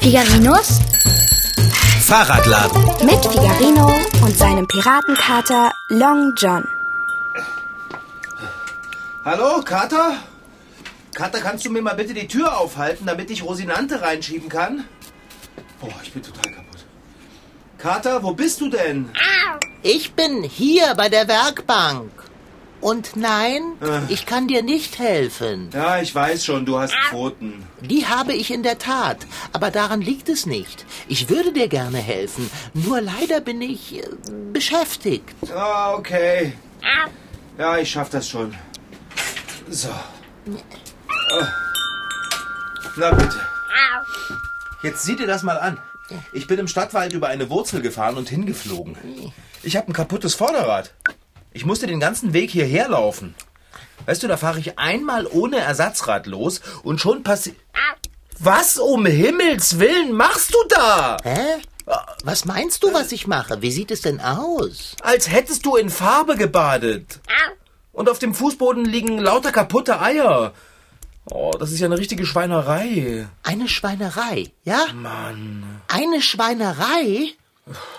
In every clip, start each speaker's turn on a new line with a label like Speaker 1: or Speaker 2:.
Speaker 1: Figarinos
Speaker 2: Fahrradladen.
Speaker 3: Mit Figarino und seinem Piratenkater Long John.
Speaker 4: Hallo, Kater? Kater, kannst du mir mal bitte die Tür aufhalten, damit ich Rosinante reinschieben kann? Boah, ich bin total kaputt. Kater, wo bist du denn?
Speaker 5: Ich bin hier bei der Werkbank. Und nein, ich kann dir nicht helfen.
Speaker 4: Ja, ich weiß schon, du hast Pfoten.
Speaker 5: Die habe ich in der Tat, aber daran liegt es nicht. Ich würde dir gerne helfen, nur leider bin ich äh, beschäftigt.
Speaker 4: Ah, okay. Ja, ich schaff das schon. So. Ah. Na bitte. Jetzt sieh dir das mal an. Ich bin im Stadtwald über eine Wurzel gefahren und hingeflogen. Ich habe ein kaputtes Vorderrad. Ich musste den ganzen Weg hierher laufen. Weißt du, da fahre ich einmal ohne Ersatzrad los und schon passi... Was um Himmels Willen machst du da?
Speaker 5: Hä? Was meinst du, was ich mache? Wie sieht es denn aus?
Speaker 4: Als hättest du in Farbe gebadet. Und auf dem Fußboden liegen lauter kaputte Eier. Oh, das ist ja eine richtige Schweinerei.
Speaker 5: Eine Schweinerei, ja?
Speaker 4: Mann.
Speaker 5: Eine Schweinerei?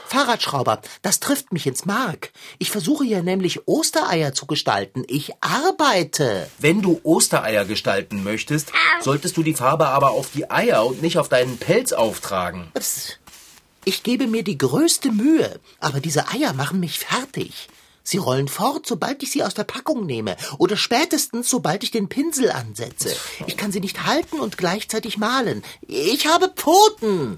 Speaker 5: Fahrradschrauber, das trifft mich ins Mark. Ich versuche hier nämlich Ostereier zu gestalten. Ich arbeite.
Speaker 4: Wenn du Ostereier gestalten möchtest, solltest du die Farbe aber auf die Eier und nicht auf deinen Pelz auftragen.
Speaker 5: Ups. Ich gebe mir die größte Mühe, aber diese Eier machen mich fertig. Sie rollen fort, sobald ich sie aus der Packung nehme oder spätestens, sobald ich den Pinsel ansetze. Ich kann sie nicht halten und gleichzeitig malen. Ich habe Pfoten.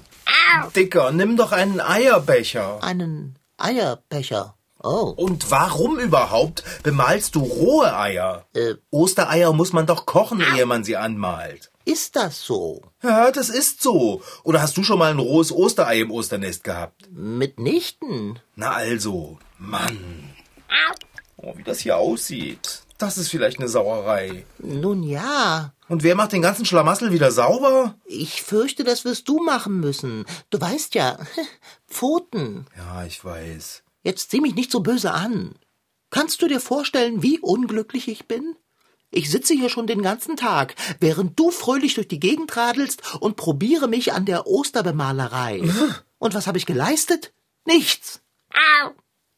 Speaker 4: Dicker, nimm doch einen Eierbecher.
Speaker 5: Einen Eierbecher. Oh.
Speaker 4: Und warum überhaupt bemalst du rohe Eier?
Speaker 5: Äh,
Speaker 4: Ostereier muss man doch kochen, ehe man sie anmalt.
Speaker 5: Ist das so?
Speaker 4: Ja, das ist so. Oder hast du schon mal ein rohes Osterei im Osternest gehabt?
Speaker 5: Mitnichten.
Speaker 4: Na also, Mann. Oh, wie das hier aussieht. Das ist vielleicht eine Sauerei.
Speaker 5: Nun ja.
Speaker 4: Und wer macht den ganzen Schlamassel wieder sauber?
Speaker 5: Ich fürchte, das wirst du machen müssen. Du weißt ja, Pfoten.
Speaker 4: Ja, ich weiß.
Speaker 5: Jetzt sieh mich nicht so böse an. Kannst du dir vorstellen, wie unglücklich ich bin? Ich sitze hier schon den ganzen Tag, während du fröhlich durch die Gegend radelst und probiere mich an der Osterbemalerei. Und was habe ich geleistet? Nichts.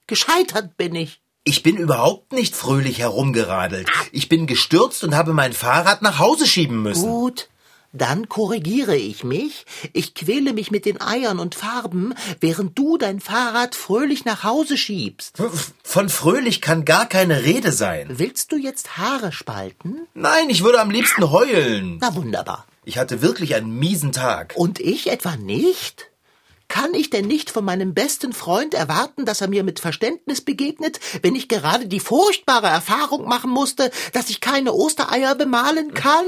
Speaker 5: Gescheitert bin ich.
Speaker 4: Ich bin überhaupt nicht fröhlich herumgeradelt. Ich bin gestürzt und habe mein Fahrrad nach Hause schieben müssen.
Speaker 5: Gut, dann korrigiere ich mich. Ich quäle mich mit den Eiern und Farben, während du dein Fahrrad fröhlich nach Hause schiebst.
Speaker 4: Von fröhlich kann gar keine Rede sein.
Speaker 5: Willst du jetzt Haare spalten?
Speaker 4: Nein, ich würde am liebsten heulen.
Speaker 5: Na wunderbar.
Speaker 4: Ich hatte wirklich einen miesen Tag.
Speaker 5: Und ich etwa nicht? Kann ich denn nicht von meinem besten Freund erwarten, dass er mir mit Verständnis begegnet, wenn ich gerade die furchtbare Erfahrung machen musste, dass ich keine Ostereier bemalen kann?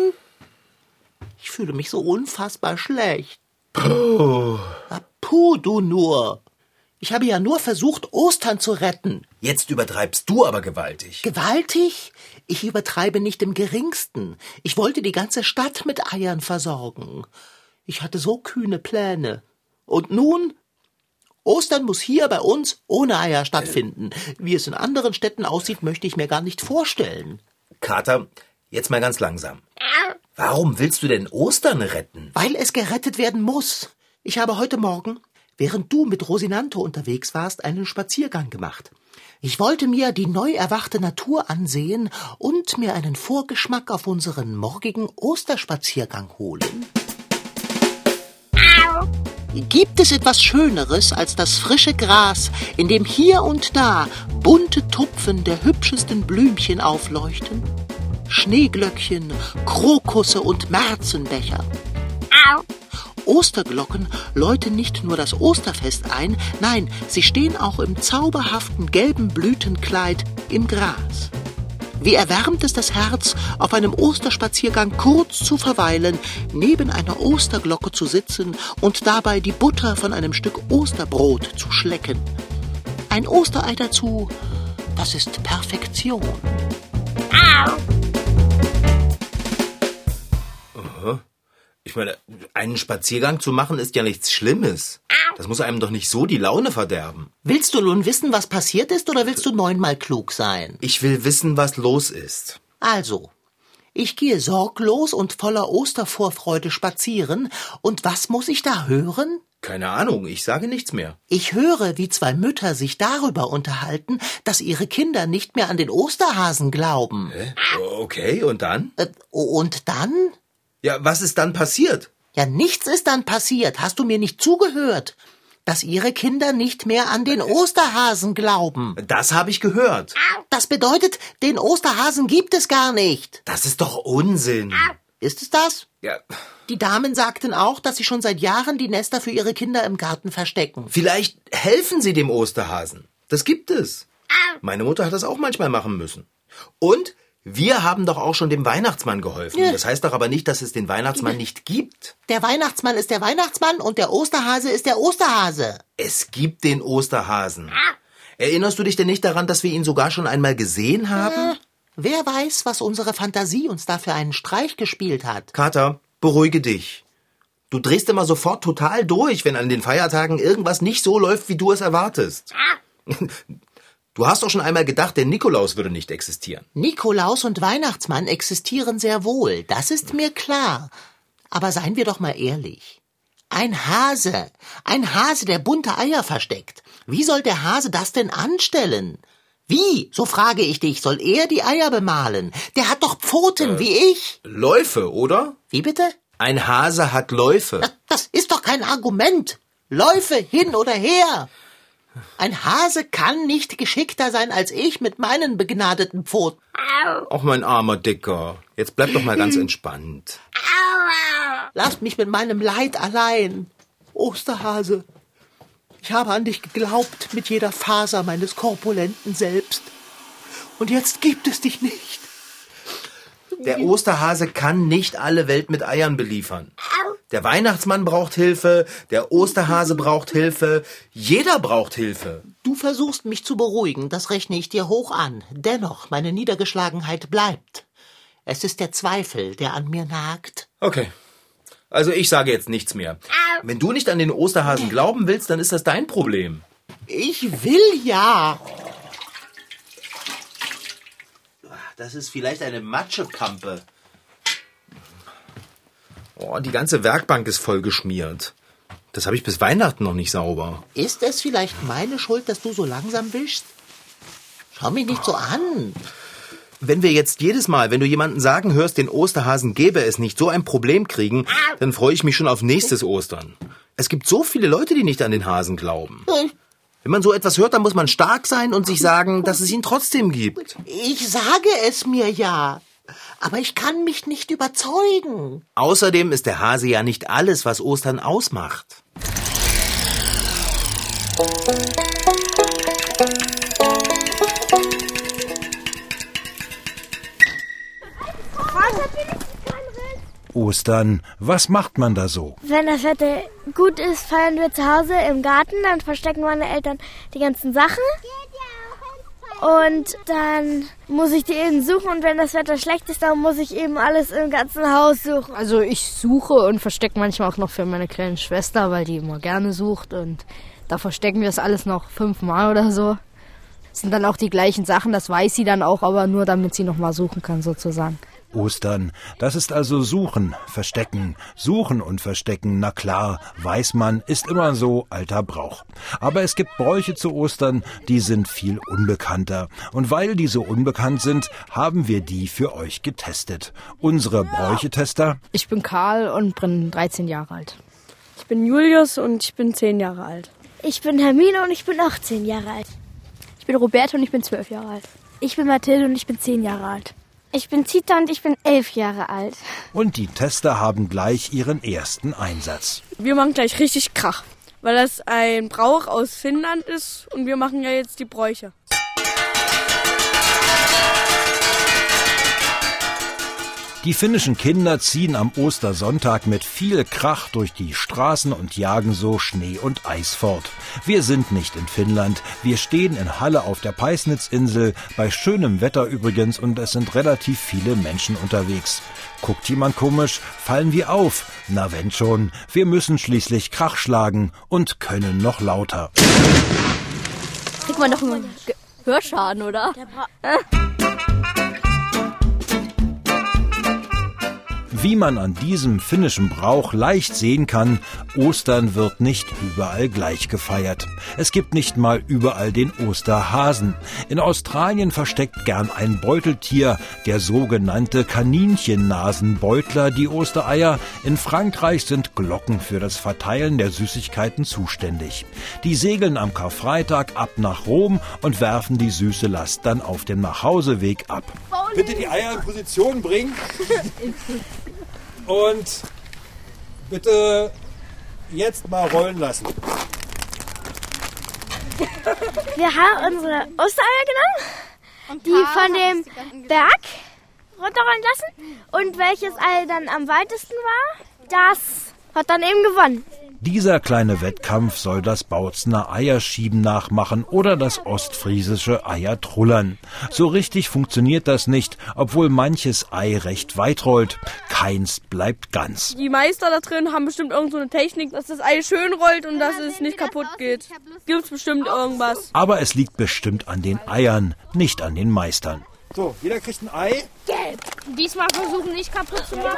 Speaker 5: Ich fühle mich so unfassbar schlecht. Puh. Puh, du nur. Ich habe ja nur versucht, Ostern zu retten.
Speaker 4: Jetzt übertreibst du aber gewaltig.
Speaker 5: Gewaltig? Ich übertreibe nicht im geringsten. Ich wollte die ganze Stadt mit Eiern versorgen. Ich hatte so kühne Pläne. Und nun? Ostern muss hier bei uns ohne Eier stattfinden. Wie es in anderen Städten aussieht, möchte ich mir gar nicht vorstellen.
Speaker 4: Kater, jetzt mal ganz langsam. Warum willst du denn Ostern retten?
Speaker 5: Weil es gerettet werden muss. Ich habe heute Morgen, während du mit Rosinante unterwegs warst, einen Spaziergang gemacht. Ich wollte mir die neu erwachte Natur ansehen und mir einen Vorgeschmack auf unseren morgigen Osterspaziergang holen. Gibt es etwas Schöneres als das frische Gras, in dem hier und da bunte Tupfen der hübschesten Blümchen aufleuchten? Schneeglöckchen, Krokusse und Märzenbecher. Osterglocken läuten nicht nur das Osterfest ein, nein, sie stehen auch im zauberhaften gelben Blütenkleid im Gras. Wie erwärmt es das Herz, auf einem Osterspaziergang kurz zu verweilen, neben einer Osterglocke zu sitzen und dabei die Butter von einem Stück Osterbrot zu schlecken. Ein Osterei dazu, das ist Perfektion.
Speaker 4: Ich meine, einen Spaziergang zu machen ist ja nichts Schlimmes. Das muss einem doch nicht so die Laune verderben.
Speaker 5: Willst du nun wissen, was passiert ist, oder willst du neunmal klug sein?
Speaker 4: Ich will wissen, was los ist.
Speaker 5: Also, Ich gehe sorglos und voller Ostervorfreude spazieren, und was muss ich da hören?
Speaker 4: Keine Ahnung, ich sage nichts mehr.
Speaker 5: Ich höre, wie zwei Mütter sich darüber unterhalten, dass ihre Kinder nicht mehr an den Osterhasen glauben.
Speaker 4: Okay, und dann?
Speaker 5: Äh, und dann?
Speaker 4: Ja, was ist dann passiert?
Speaker 5: Ja, nichts ist dann passiert. Hast du mir nicht zugehört? Dass ihre Kinder nicht mehr an den Osterhasen glauben.
Speaker 4: Das habe ich gehört.
Speaker 5: Das bedeutet, den Osterhasen gibt es gar nicht.
Speaker 4: Das ist doch Unsinn.
Speaker 5: Ist es das?
Speaker 4: Ja,
Speaker 5: Die Damen sagten auch, dass sie schon seit Jahren die Nester für ihre Kinder im Garten verstecken.
Speaker 4: vielleicht helfen sie dem Osterhasen. Das gibt es. Meine Mutter hat das auch manchmal machen müssen. Und wir haben doch auch schon dem Weihnachtsmann geholfen. Das heißt doch aber nicht, dass es den Weihnachtsmann nicht gibt.
Speaker 5: Der Weihnachtsmann ist der Weihnachtsmann und der Osterhase ist der Osterhase.
Speaker 4: Es gibt den Osterhasen. Erinnerst du dich denn nicht daran, dass wir ihn sogar schon einmal gesehen haben?
Speaker 5: Wer weiß, was unsere Fantasie uns da für einen Streich gespielt hat.
Speaker 4: Kater, beruhige dich. Du drehst immer sofort total durch, wenn an den Feiertagen irgendwas nicht so läuft, wie du es erwartest. Du hast doch schon einmal gedacht, der Nikolaus würde nicht existieren.
Speaker 5: Nikolaus und Weihnachtsmann existieren sehr wohl, das ist mir klar. Aber seien wir doch mal ehrlich. Ein Hase, ein Hase, der bunte Eier versteckt. Wie soll der Hase das denn anstellen? Wie, so frage ich dich, soll er die Eier bemalen? Der hat doch Pfoten wie ich.
Speaker 4: Läufe, oder?
Speaker 5: Wie bitte?
Speaker 4: Ein Hase hat Läufe.
Speaker 5: Das ist doch kein Argument. Läufe hin oder her. Ein Hase kann nicht geschickter sein als ich mit meinen begnadeten Pfoten.
Speaker 4: Auch mein armer Dicker. Jetzt bleib doch mal ganz entspannt.
Speaker 5: Lasst mich mit meinem Leid allein. Osterhase, ich habe an dich geglaubt mit jeder Faser meines korpulenten Selbst. Und jetzt gibt es dich nicht.
Speaker 4: Der Osterhase kann nicht alle Welt mit Eiern beliefern. Der Weihnachtsmann braucht Hilfe, der Osterhase braucht Hilfe, jeder braucht Hilfe.
Speaker 5: Du versuchst mich zu beruhigen, das rechne ich dir hoch an. Dennoch, meine Niedergeschlagenheit bleibt. Es ist der Zweifel, der an mir nagt.
Speaker 4: Okay. Also ich sage jetzt nichts mehr. Wenn du nicht an den Osterhasen glauben willst, dann ist das dein Problem.
Speaker 5: Ich will ja.
Speaker 4: Das ist vielleicht eine Matschepampe. Oh, die ganze Werkbank ist voll geschmiert. Das habe ich bis Weihnachten noch nicht sauber.
Speaker 5: Ist es vielleicht meine Schuld, dass du so langsam wischst? Schau mich nicht so an.
Speaker 4: Wenn wir jetzt jedes Mal, wenn du jemanden sagen hörst, den Osterhasen gäbe es nicht, so ein Problem kriegen, dann freue ich mich schon auf nächstes Ostern. Es gibt so viele Leute, die nicht an den Hasen glauben. Wenn man so etwas hört, dann muss man stark sein und sich sagen, dass es ihn trotzdem gibt.
Speaker 5: Ich sage es mir ja. Aber ich kann mich nicht überzeugen.
Speaker 4: Außerdem ist der Hase ja nicht alles, was Ostern ausmacht.
Speaker 2: Ostern, was macht man da so?
Speaker 1: Wenn das Wetter gut ist, feiern wir zu Hause im Garten. Dann verstecken meine Eltern die ganzen Sachen. Und dann muss ich die eben suchen. Und wenn das Wetter schlecht ist, dann muss ich eben alles im ganzen Haus suchen.
Speaker 6: Also ich suche und verstecke manchmal auch noch für meine kleine Schwester, weil die immer gerne sucht und da verstecken wir das alles noch fünfmal oder so. Es sind dann auch die gleichen Sachen, das weiß sie dann auch, aber nur damit sie nochmal suchen kann sozusagen.
Speaker 7: Ostern, das ist also Suchen, Verstecken, Suchen und Verstecken, na klar, weiß man, ist immer so alter Brauch. Aber es gibt Bräuche zu Ostern, die sind viel unbekannter. Und weil die so unbekannt sind, haben wir die für euch getestet. Unsere Bräuchetester,
Speaker 6: Ich bin Karl und bin 13 Jahre alt.
Speaker 8: Ich bin Julius und ich bin zehn Jahre alt.
Speaker 1: Ich bin Hermine und ich bin auch zehn Jahre alt.
Speaker 8: Ich bin Roberto und ich bin zwölf Jahre alt. Ich bin Mathilde und ich bin zehn Jahre alt.
Speaker 1: Ich bin Zita und ich bin elf Jahre alt.
Speaker 7: und die Tester haben gleich ihren ersten Einsatz.
Speaker 8: Wir machen gleich richtig Krach, weil das ein Brauch aus Finnland ist und wir machen ja jetzt die Bräuche.
Speaker 7: Die finnischen Kinder ziehen am Ostersonntag mit viel Krach durch die Straßen und jagen so Schnee und Eis fort. Wir sind nicht in Finnland, wir stehen in Halle auf der Peisnitzinsel, bei schönem Wetter übrigens und es sind relativ viele Menschen unterwegs. Guckt jemand komisch, fallen wir auf. Na wenn schon, wir müssen schließlich Krach schlagen und können noch lauter.
Speaker 6: Kriegt man doch einen Hörschaden, oder?
Speaker 7: wie man an diesem finnischen Brauch leicht sehen kann, Ostern wird nicht überall gleich gefeiert. Es gibt nicht mal überall den Osterhasen. In Australien versteckt gern ein Beuteltier, der sogenannte Kaninchen-Nasenbeutler, die Ostereier. In Frankreich sind Glocken für das Verteilen der Süßigkeiten zuständig. Die segeln am Karfreitag ab nach Rom und werfen die süße Last dann auf dem Nachhauseweg ab.
Speaker 9: Bitte die Eier in Position bringen. Und bitte jetzt mal rollen lassen.
Speaker 1: Wir haben unsere Ostereier genommen, die von dem Berg runterrollen lassen und welches Ei dann am weitesten war, das hat dann eben gewonnen.
Speaker 7: Dieser kleine Wettkampf soll das Bautzener Eierschieben nachmachen oder das ostfriesische Eiertrullern. So richtig funktioniert das nicht, obwohl manches Ei recht weit rollt. Keins bleibt ganz.
Speaker 8: Die Meister da drin haben bestimmt irgend so eine Technik, dass das Ei schön rollt und dass es nicht kaputt geht. Gibt's bestimmt irgendwas.
Speaker 7: Aber es liegt bestimmt an den Eiern, nicht an den Meistern.
Speaker 9: So, jeder kriegt ein Ei.
Speaker 10: Diesmal versuchen, nicht kaputt zu machen.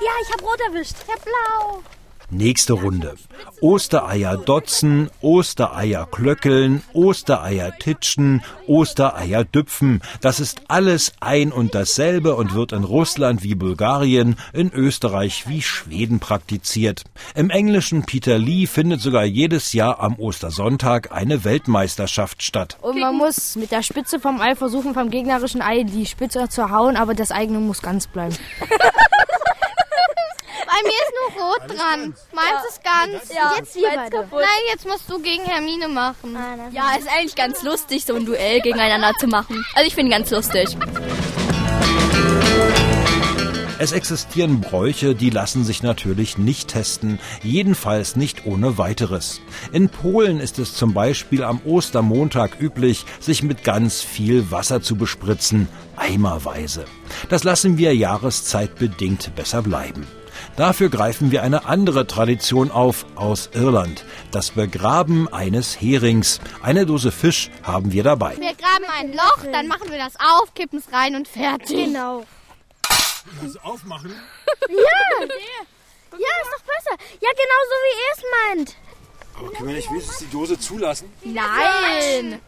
Speaker 1: Ja, ich habe rot erwischt. Ich habe blau.
Speaker 7: Nächste Runde. Ostereier dotzen, Ostereier klöckeln, Ostereier titschen, Ostereier düpfen. Das ist alles ein und dasselbe und wird in Russland wie Bulgarien, in Österreich wie Schweden praktiziert. Im englischen Peter Lee findet sogar jedes Jahr am Ostersonntag eine Weltmeisterschaft statt.
Speaker 6: Und man muss mit der Spitze vom Ei versuchen, vom gegnerischen Ei die Spitze zu hauen, aber das eigene muss ganz bleiben.
Speaker 10: Bei mir ist nur rot dran. Meins ist ganz.
Speaker 1: Jetzt wir beide.
Speaker 10: Nein, jetzt musst du gegen Hermine machen.
Speaker 6: Ah,
Speaker 11: Ja, ist eigentlich ganz lustig, so ein Duell gegeneinander zu machen. Also ich finde ganz lustig.
Speaker 7: Es existieren Bräuche, die lassen sich natürlich nicht testen, jedenfalls nicht ohne weiteres. In Polen ist es zum Beispiel am Ostermontag üblich, sich mit ganz viel Wasser zu bespritzen, eimerweise. Das lassen wir jahreszeitbedingt besser bleiben. Dafür greifen wir eine andere Tradition auf aus Irland, das Begraben eines Herings. Eine Dose Fisch haben wir dabei.
Speaker 10: Wir graben ein Loch, dann machen wir das auf, kippen es rein und fertig.
Speaker 1: Genau.
Speaker 9: Also aufmachen.
Speaker 1: Ja, ist doch besser. Ja, genau so wie ihr es meint.
Speaker 9: Aber können wir nicht wenigstens die Dose zulassen?
Speaker 11: Nein!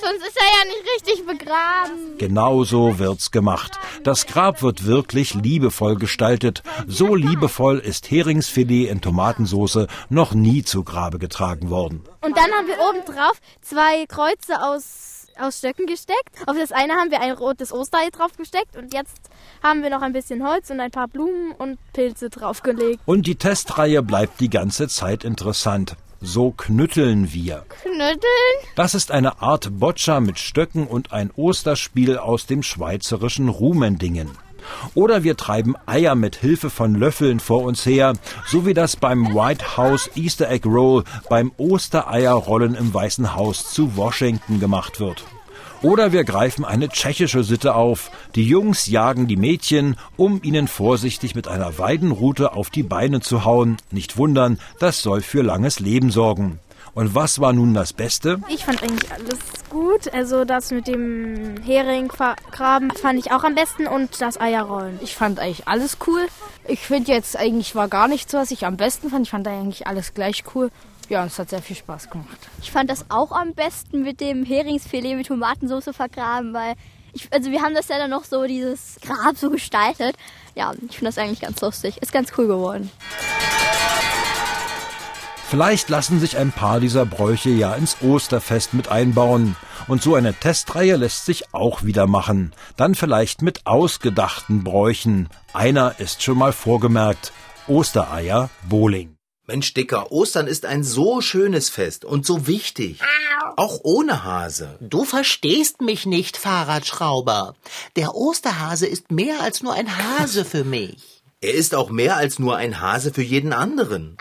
Speaker 10: Sonst ist er ja nicht richtig begraben.
Speaker 7: Genauso wird's gemacht. Das Grab wird wirklich liebevoll gestaltet. So liebevoll ist Heringsfilet in Tomatensoße noch nie zu Grabe getragen worden.
Speaker 12: Und dann haben wir oben drauf zwei Kreuze aus, aus Stöcken gesteckt. Auf das eine haben wir ein rotes Osterei drauf gesteckt und jetzt haben wir noch ein bisschen Holz und ein paar Blumen und Pilze draufgelegt.
Speaker 7: Und die Testreihe bleibt die ganze Zeit interessant. So knütteln wir.
Speaker 10: Knütteln?
Speaker 7: Das ist eine Art Boccia mit Stöcken und ein Osterspiel aus dem schweizerischen Rumendingen. Oder wir treiben Eier mit Hilfe von Löffeln vor uns her, so wie das beim White House Easter Egg Roll beim Ostereierrollen im Weißen Haus zu Washington gemacht wird. Oder wir greifen eine tschechische Sitte auf. Die Jungs jagen die Mädchen, um ihnen vorsichtig mit einer Weidenrute auf die Beine zu hauen. Nicht wundern, das soll für langes Leben sorgen. Und was war nun das Beste?
Speaker 12: Ich fand eigentlich alles gut. Also das mit dem Hering vergraben fand ich auch am besten und das Eierrollen.
Speaker 6: Ich fand eigentlich alles cool. Ich finde jetzt eigentlich war gar nichts, was ich am besten fand. Ich fand eigentlich alles gleich cool. Ja, es hat sehr viel Spaß gemacht.
Speaker 11: Ich fand das auch am besten mit dem Heringsfilet mit Tomatensauce vergraben, weil ich, also wir haben das ja dann noch so, dieses Grab so gestaltet. Ja, ich finde das eigentlich ganz lustig. Ist ganz cool geworden.
Speaker 7: Vielleicht lassen sich ein paar dieser Bräuche ja ins Osterfest mit einbauen. Und so eine Testreihe lässt sich auch wieder machen. Dann vielleicht mit ausgedachten Bräuchen. Einer ist schon mal vorgemerkt. Ostereier Bowling.
Speaker 5: Mensch, Dicker, Ostern ist ein so schönes Fest und so wichtig. Auch ohne Hase.
Speaker 4: Hase.
Speaker 5: Du verstehst mich nicht, Fahrradschrauber. Der Osterhase ist mehr als nur ein Hase für mich. Er ist auch mehr als nur ein Hase für jeden anderen.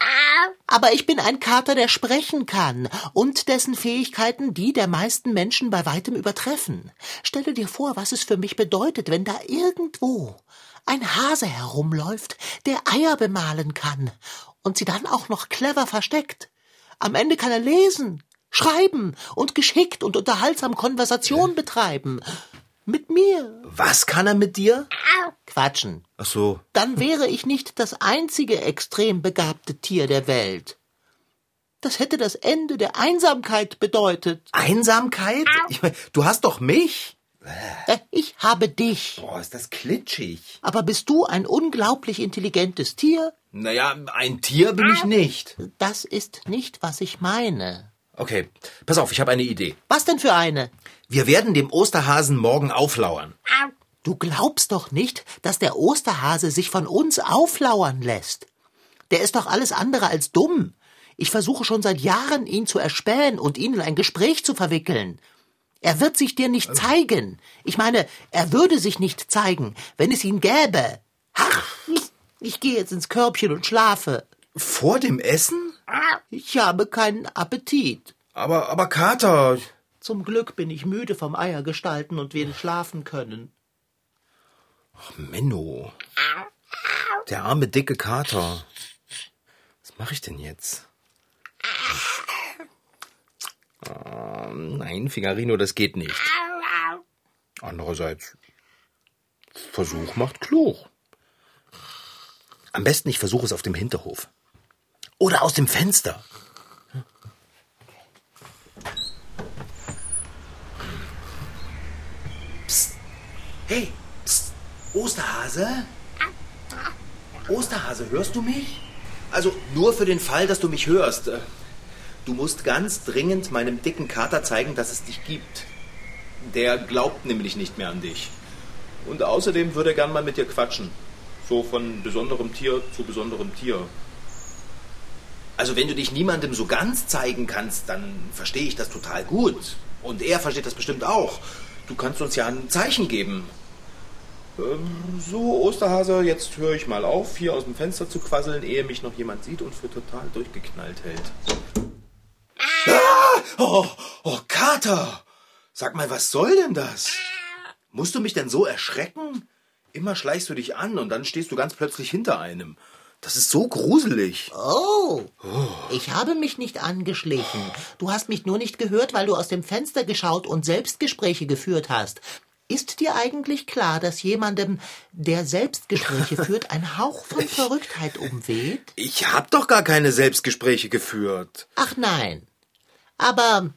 Speaker 5: Aber ich bin ein Kater, der sprechen kann und dessen Fähigkeiten die der meisten Menschen bei weitem übertreffen. Stelle dir vor, was es für mich bedeutet, wenn da irgendwo ein Hase herumläuft, der Eier bemalen kann und sie dann auch noch clever versteckt. Am Ende kann er lesen, schreiben und geschickt und unterhaltsam Konversation betreiben. Mit mir.
Speaker 4: Was kann er mit dir?
Speaker 5: Quatschen.
Speaker 4: Ach so.
Speaker 5: Dann wäre ich nicht das einzige extrem begabte Tier der Welt. Das hätte das Ende der Einsamkeit bedeutet.
Speaker 4: Einsamkeit? Ich mein, du hast doch mich.
Speaker 5: Äh, Ich habe dich.
Speaker 4: Boah, ist das klitschig.
Speaker 5: Aber bist du ein unglaublich intelligentes Tier?
Speaker 4: Naja, ein Tier bin ich nicht.
Speaker 5: Das ist nicht, was ich meine.
Speaker 4: Okay, pass auf, ich habe eine Idee.
Speaker 5: Was denn für eine?
Speaker 4: Wir werden dem Osterhasen morgen auflauern.
Speaker 5: Du glaubst doch nicht, dass der Osterhase sich von uns auflauern lässt. Der ist doch alles andere als dumm. Ich versuche schon seit Jahren, ihn zu erspähen und ihn in ein Gespräch zu verwickeln. Er wird sich dir nicht zeigen. Ich meine, er würde sich nicht zeigen, wenn es ihn gäbe. Ach, ich gehe jetzt ins Körbchen und schlafe.
Speaker 4: Vor dem Essen?
Speaker 5: Ich habe keinen Appetit.
Speaker 4: Aber, aber Kater.
Speaker 5: Zum Glück bin ich müde vom Eiergestalten und will schlafen können.
Speaker 4: Menno. Der arme, dicke Kater. Was mache ich denn jetzt? Ah, nein, Fingarino, das geht nicht. Andererseits, Versuch macht klug. Am besten, ich versuche es auf dem Hinterhof. Oder aus dem Fenster. Hey, pst, Osterhase? Osterhase, hörst du mich? Also nur für den Fall, dass du mich hörst. Du musst ganz dringend meinem dicken Kater zeigen, dass es dich gibt. Der glaubt nämlich nicht mehr an dich. Und außerdem würde er gern mal mit dir quatschen. So von besonderem Tier zu besonderem Tier. Also wenn du dich niemandem so ganz zeigen kannst, dann verstehe ich das total gut. Und er versteht das bestimmt auch. Du kannst uns ja ein Zeichen geben. Ähm, so, Osterhase, jetzt höre ich mal auf, hier aus dem Fenster zu quasseln, ehe mich noch jemand sieht und für total durchgeknallt hält. Ah! Oh, oh, Kater! Sag mal, was soll denn das? Musst du mich denn so erschrecken? Immer schleichst du dich an und dann stehst du ganz plötzlich hinter einem. Das ist so gruselig.
Speaker 5: Oh, ich habe mich nicht angeschlichen. Du hast mich nur nicht gehört, weil du aus dem Fenster geschaut und Selbstgespräche geführt hast. Ist dir eigentlich klar, dass jemandem, der Selbstgespräche führt, ein Hauch von Verrücktheit umweht?
Speaker 4: Ich hab doch gar keine Selbstgespräche geführt.
Speaker 5: Ach nein. Aber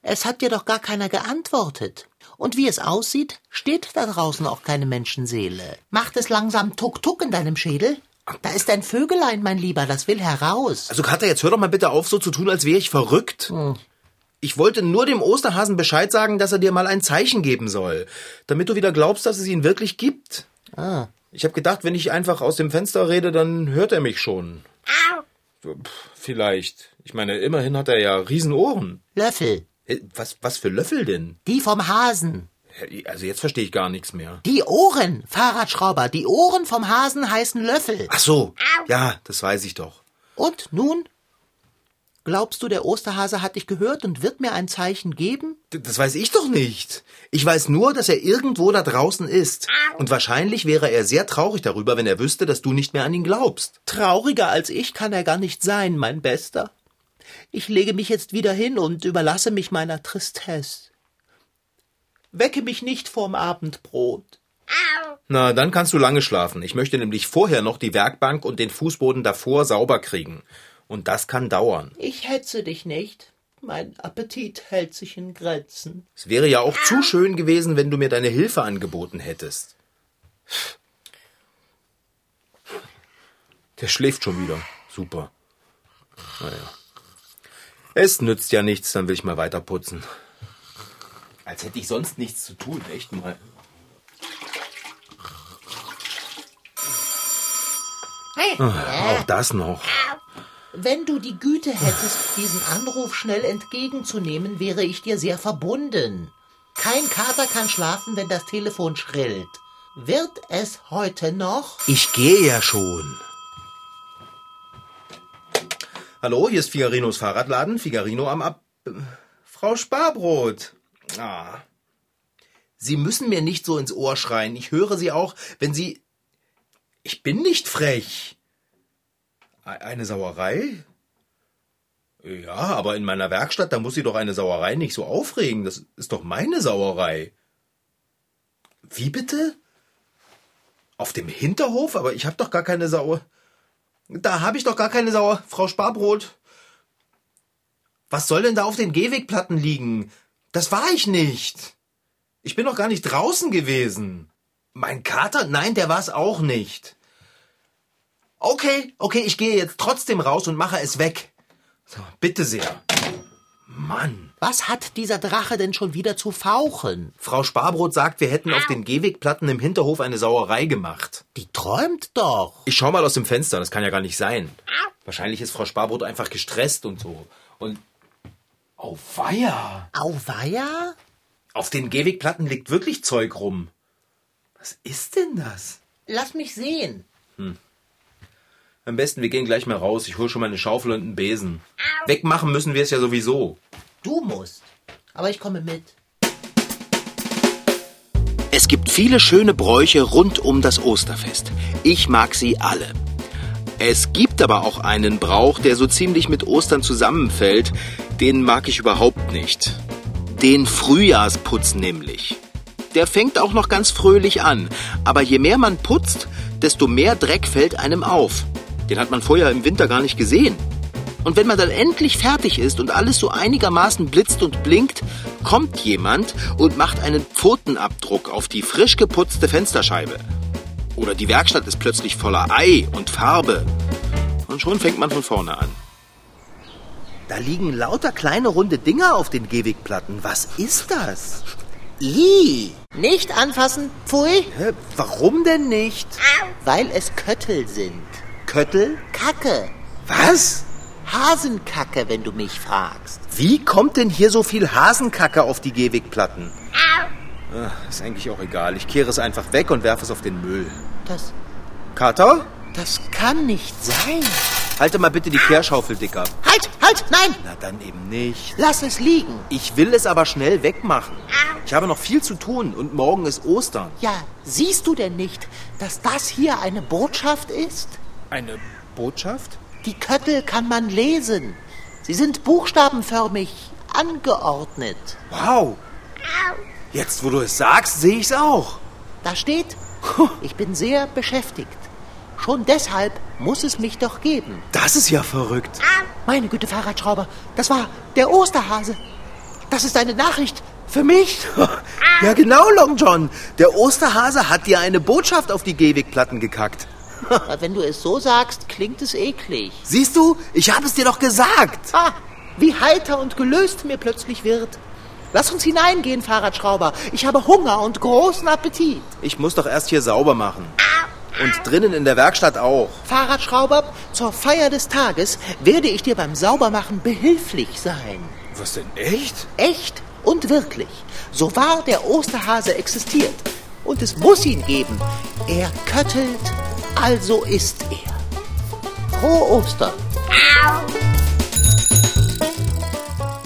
Speaker 5: es hat dir doch gar keiner geantwortet. Und wie es aussieht, steht da draußen auch keine Menschenseele. Macht es langsam tuck-tuck in deinem Schädel? Da ist ein Vögelein, mein Lieber, das will heraus.
Speaker 4: Also Kater, jetzt hör doch mal bitte auf, so zu tun, als wäre ich verrückt. Ich wollte nur dem Osterhasen Bescheid sagen, dass er dir mal ein Zeichen geben soll, damit du wieder glaubst, dass es ihn wirklich gibt.
Speaker 5: Ah.
Speaker 4: Ich habe gedacht, wenn ich einfach aus dem Fenster rede, dann hört er mich schon. Pff, Vielleicht. Ich meine, immerhin hat er ja Riesenohren.
Speaker 5: Löffel,
Speaker 4: Äh, Was, was für Löffel denn?
Speaker 5: die vom Hasen.
Speaker 4: Also jetzt verstehe ich gar nichts mehr.
Speaker 5: Die Ohren, Fahrradschrauber, die Ohren vom Hasen heißen Löffel.
Speaker 4: Ach so. Ja, das weiß ich doch.
Speaker 5: Und nun? Glaubst du, der Osterhase hat dich gehört und wird mir ein Zeichen geben?
Speaker 4: D- Das weiß ich doch nicht. Ich weiß nur, dass er irgendwo da draußen ist. Und wahrscheinlich wäre er sehr traurig darüber, wenn er wüsste, dass du nicht mehr an ihn glaubst.
Speaker 5: Trauriger als ich kann er gar nicht sein, mein Bester. Ich lege mich jetzt wieder hin und überlasse mich meiner Tristesse. Wecke mich nicht vorm Abendbrot.
Speaker 4: Na, dann kannst du lange schlafen. Ich möchte nämlich vorher noch die Werkbank und den Fußboden davor sauber kriegen. Und das kann dauern.
Speaker 5: Ich hetze dich nicht. Mein Appetit hält sich in Grenzen.
Speaker 4: Es wäre ja auch zu schön gewesen, wenn du mir deine Hilfe angeboten hättest. Der schläft schon wieder. Super. Naja. Es nützt ja nichts, dann will ich mal weiter putzen. Als hätte ich sonst nichts zu tun, echt mal. Ah, auch das noch.
Speaker 5: Wenn du die Güte hättest, diesen Anruf schnell entgegenzunehmen, wäre ich dir sehr verbunden. Kein Kater kann schlafen, wenn das Telefon schrillt. Wird es heute noch?
Speaker 4: Ich gehe ja schon. Hallo, hier ist Figarinos Fahrradladen. Figarino am Ab. äh, Frau Sparbrot. Ah. Sie müssen mir nicht so ins Ohr schreien. Ich höre Sie auch, wenn Sie. Ich bin nicht frech. E- Eine Sauerei? Ja, aber in meiner Werkstatt, da muss sie doch eine Sauerei nicht so aufregen. Das ist doch meine Sauerei. Wie bitte? Auf dem Hinterhof? Aber ich habe doch gar keine Sau. Da habe ich doch gar keine Sau, Frau Sparbrot. Was soll denn da auf den Gehwegplatten liegen? Das war ich nicht. Ich bin doch gar nicht draußen gewesen. Mein Kater? Nein, der war es auch nicht. Okay, okay, ich gehe jetzt trotzdem raus und mache es weg. So, bitte sehr. Mann.
Speaker 5: Was hat dieser Drache denn schon wieder zu fauchen?
Speaker 4: Frau Sparbrot sagt, wir hätten auf den Gehwegplatten im Hinterhof eine Sauerei gemacht.
Speaker 5: Die träumt doch.
Speaker 4: Ich schau mal aus dem Fenster, das kann ja gar nicht sein. Wahrscheinlich ist Frau Sparbrot einfach gestresst und so. Und. oh, Auweia!
Speaker 5: Auweia?
Speaker 4: Auf den Gehwegplatten liegt wirklich Zeug rum. Was ist denn das?
Speaker 5: Lass mich sehen. Hm.
Speaker 4: Am besten, wir gehen gleich mal raus. Ich hole schon mal eine Schaufel und einen Besen. Wegmachen müssen wir es ja sowieso.
Speaker 5: Du musst. Aber ich komme mit. Es gibt viele schöne Bräuche rund um das Osterfest. Ich mag sie alle. Es gibt aber auch einen Brauch, der so ziemlich mit Ostern zusammenfällt. Den mag ich überhaupt nicht. Den Frühjahrsputz nämlich. Der fängt auch noch ganz fröhlich an. Aber je mehr man putzt, desto mehr Dreck fällt einem auf. Den hat man vorher im Winter gar nicht gesehen. Und wenn man dann endlich fertig ist und alles so einigermaßen blitzt und blinkt, kommt jemand und macht einen Pfotenabdruck auf die frisch geputzte Fensterscheibe. Oder die Werkstatt ist plötzlich voller Ei und Farbe. Und schon fängt man von vorne an. Da liegen lauter kleine runde Dinger auf den Gehwegplatten. Was ist das? I. Nicht anfassen, pfui.
Speaker 4: Hä, warum denn nicht?
Speaker 5: Weil es Köttel sind.
Speaker 4: Köttel?
Speaker 5: Kacke.
Speaker 4: Was?
Speaker 5: Hasenkacke, wenn du mich fragst.
Speaker 4: Wie kommt denn hier so viel Hasenkacke auf die Gehwegplatten? Ach, ist eigentlich auch egal. Ich kehre es einfach weg und werfe es auf den Müll.
Speaker 5: Das.
Speaker 4: Kater?
Speaker 5: Das kann nicht sein.
Speaker 4: Halte mal bitte die Kehrschaufel, Dicker.
Speaker 5: Halt, halt, nein!
Speaker 4: Na dann eben nicht.
Speaker 5: Lass es liegen.
Speaker 4: Ich will es aber schnell wegmachen. Ich habe noch viel zu tun und morgen ist Ostern.
Speaker 5: Ja, siehst du denn nicht, dass das hier eine Botschaft ist?
Speaker 4: Eine Botschaft?
Speaker 5: Die Köttel kann man lesen. Sie sind buchstabenförmig angeordnet.
Speaker 4: Wow! Jetzt, wo du es sagst, sehe ich es auch.
Speaker 5: Da steht, ich bin sehr beschäftigt. Schon deshalb muss es mich doch geben.
Speaker 4: Das ist ja verrückt.
Speaker 5: Meine Güte, Fahrradschrauber, das war der Osterhase. Das ist eine Nachricht für mich.
Speaker 4: ja, genau, Long John. Der Osterhase hat dir eine Botschaft auf die Gehwegplatten gekackt.
Speaker 5: Wenn du es so sagst, klingt es eklig.
Speaker 4: Siehst du, ich habe es dir doch gesagt.
Speaker 5: Ah, wie heiter und gelöst mir plötzlich wird. Lass uns hineingehen, Fahrradschrauber. Ich habe Hunger und großen Appetit.
Speaker 4: Ich muss doch erst hier sauber machen. Und drinnen in der Werkstatt auch.
Speaker 5: Fahrradschrauber, zur Feier des Tages werde ich dir beim Saubermachen behilflich sein.
Speaker 4: Was denn echt?
Speaker 5: Echt und wirklich. So wahr der Osterhase existiert. Und es muss ihn geben. Er köttelt also ist er. Frohe Ostern.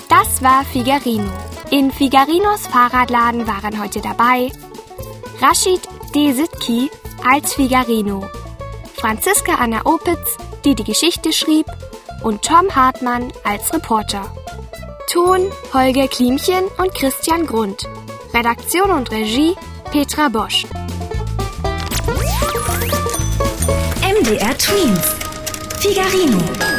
Speaker 3: Das war Figarino. In Figarinos Fahrradladen waren heute dabei Rashid Desitki als Figarino, Franziska Anna Opitz, die die Geschichte schrieb, und Tom Hartmann als Reporter. Ton Holger Klimchen und Christian Grund. Redaktion und Regie Petra Bosch.
Speaker 13: MDR Twins. Figarino.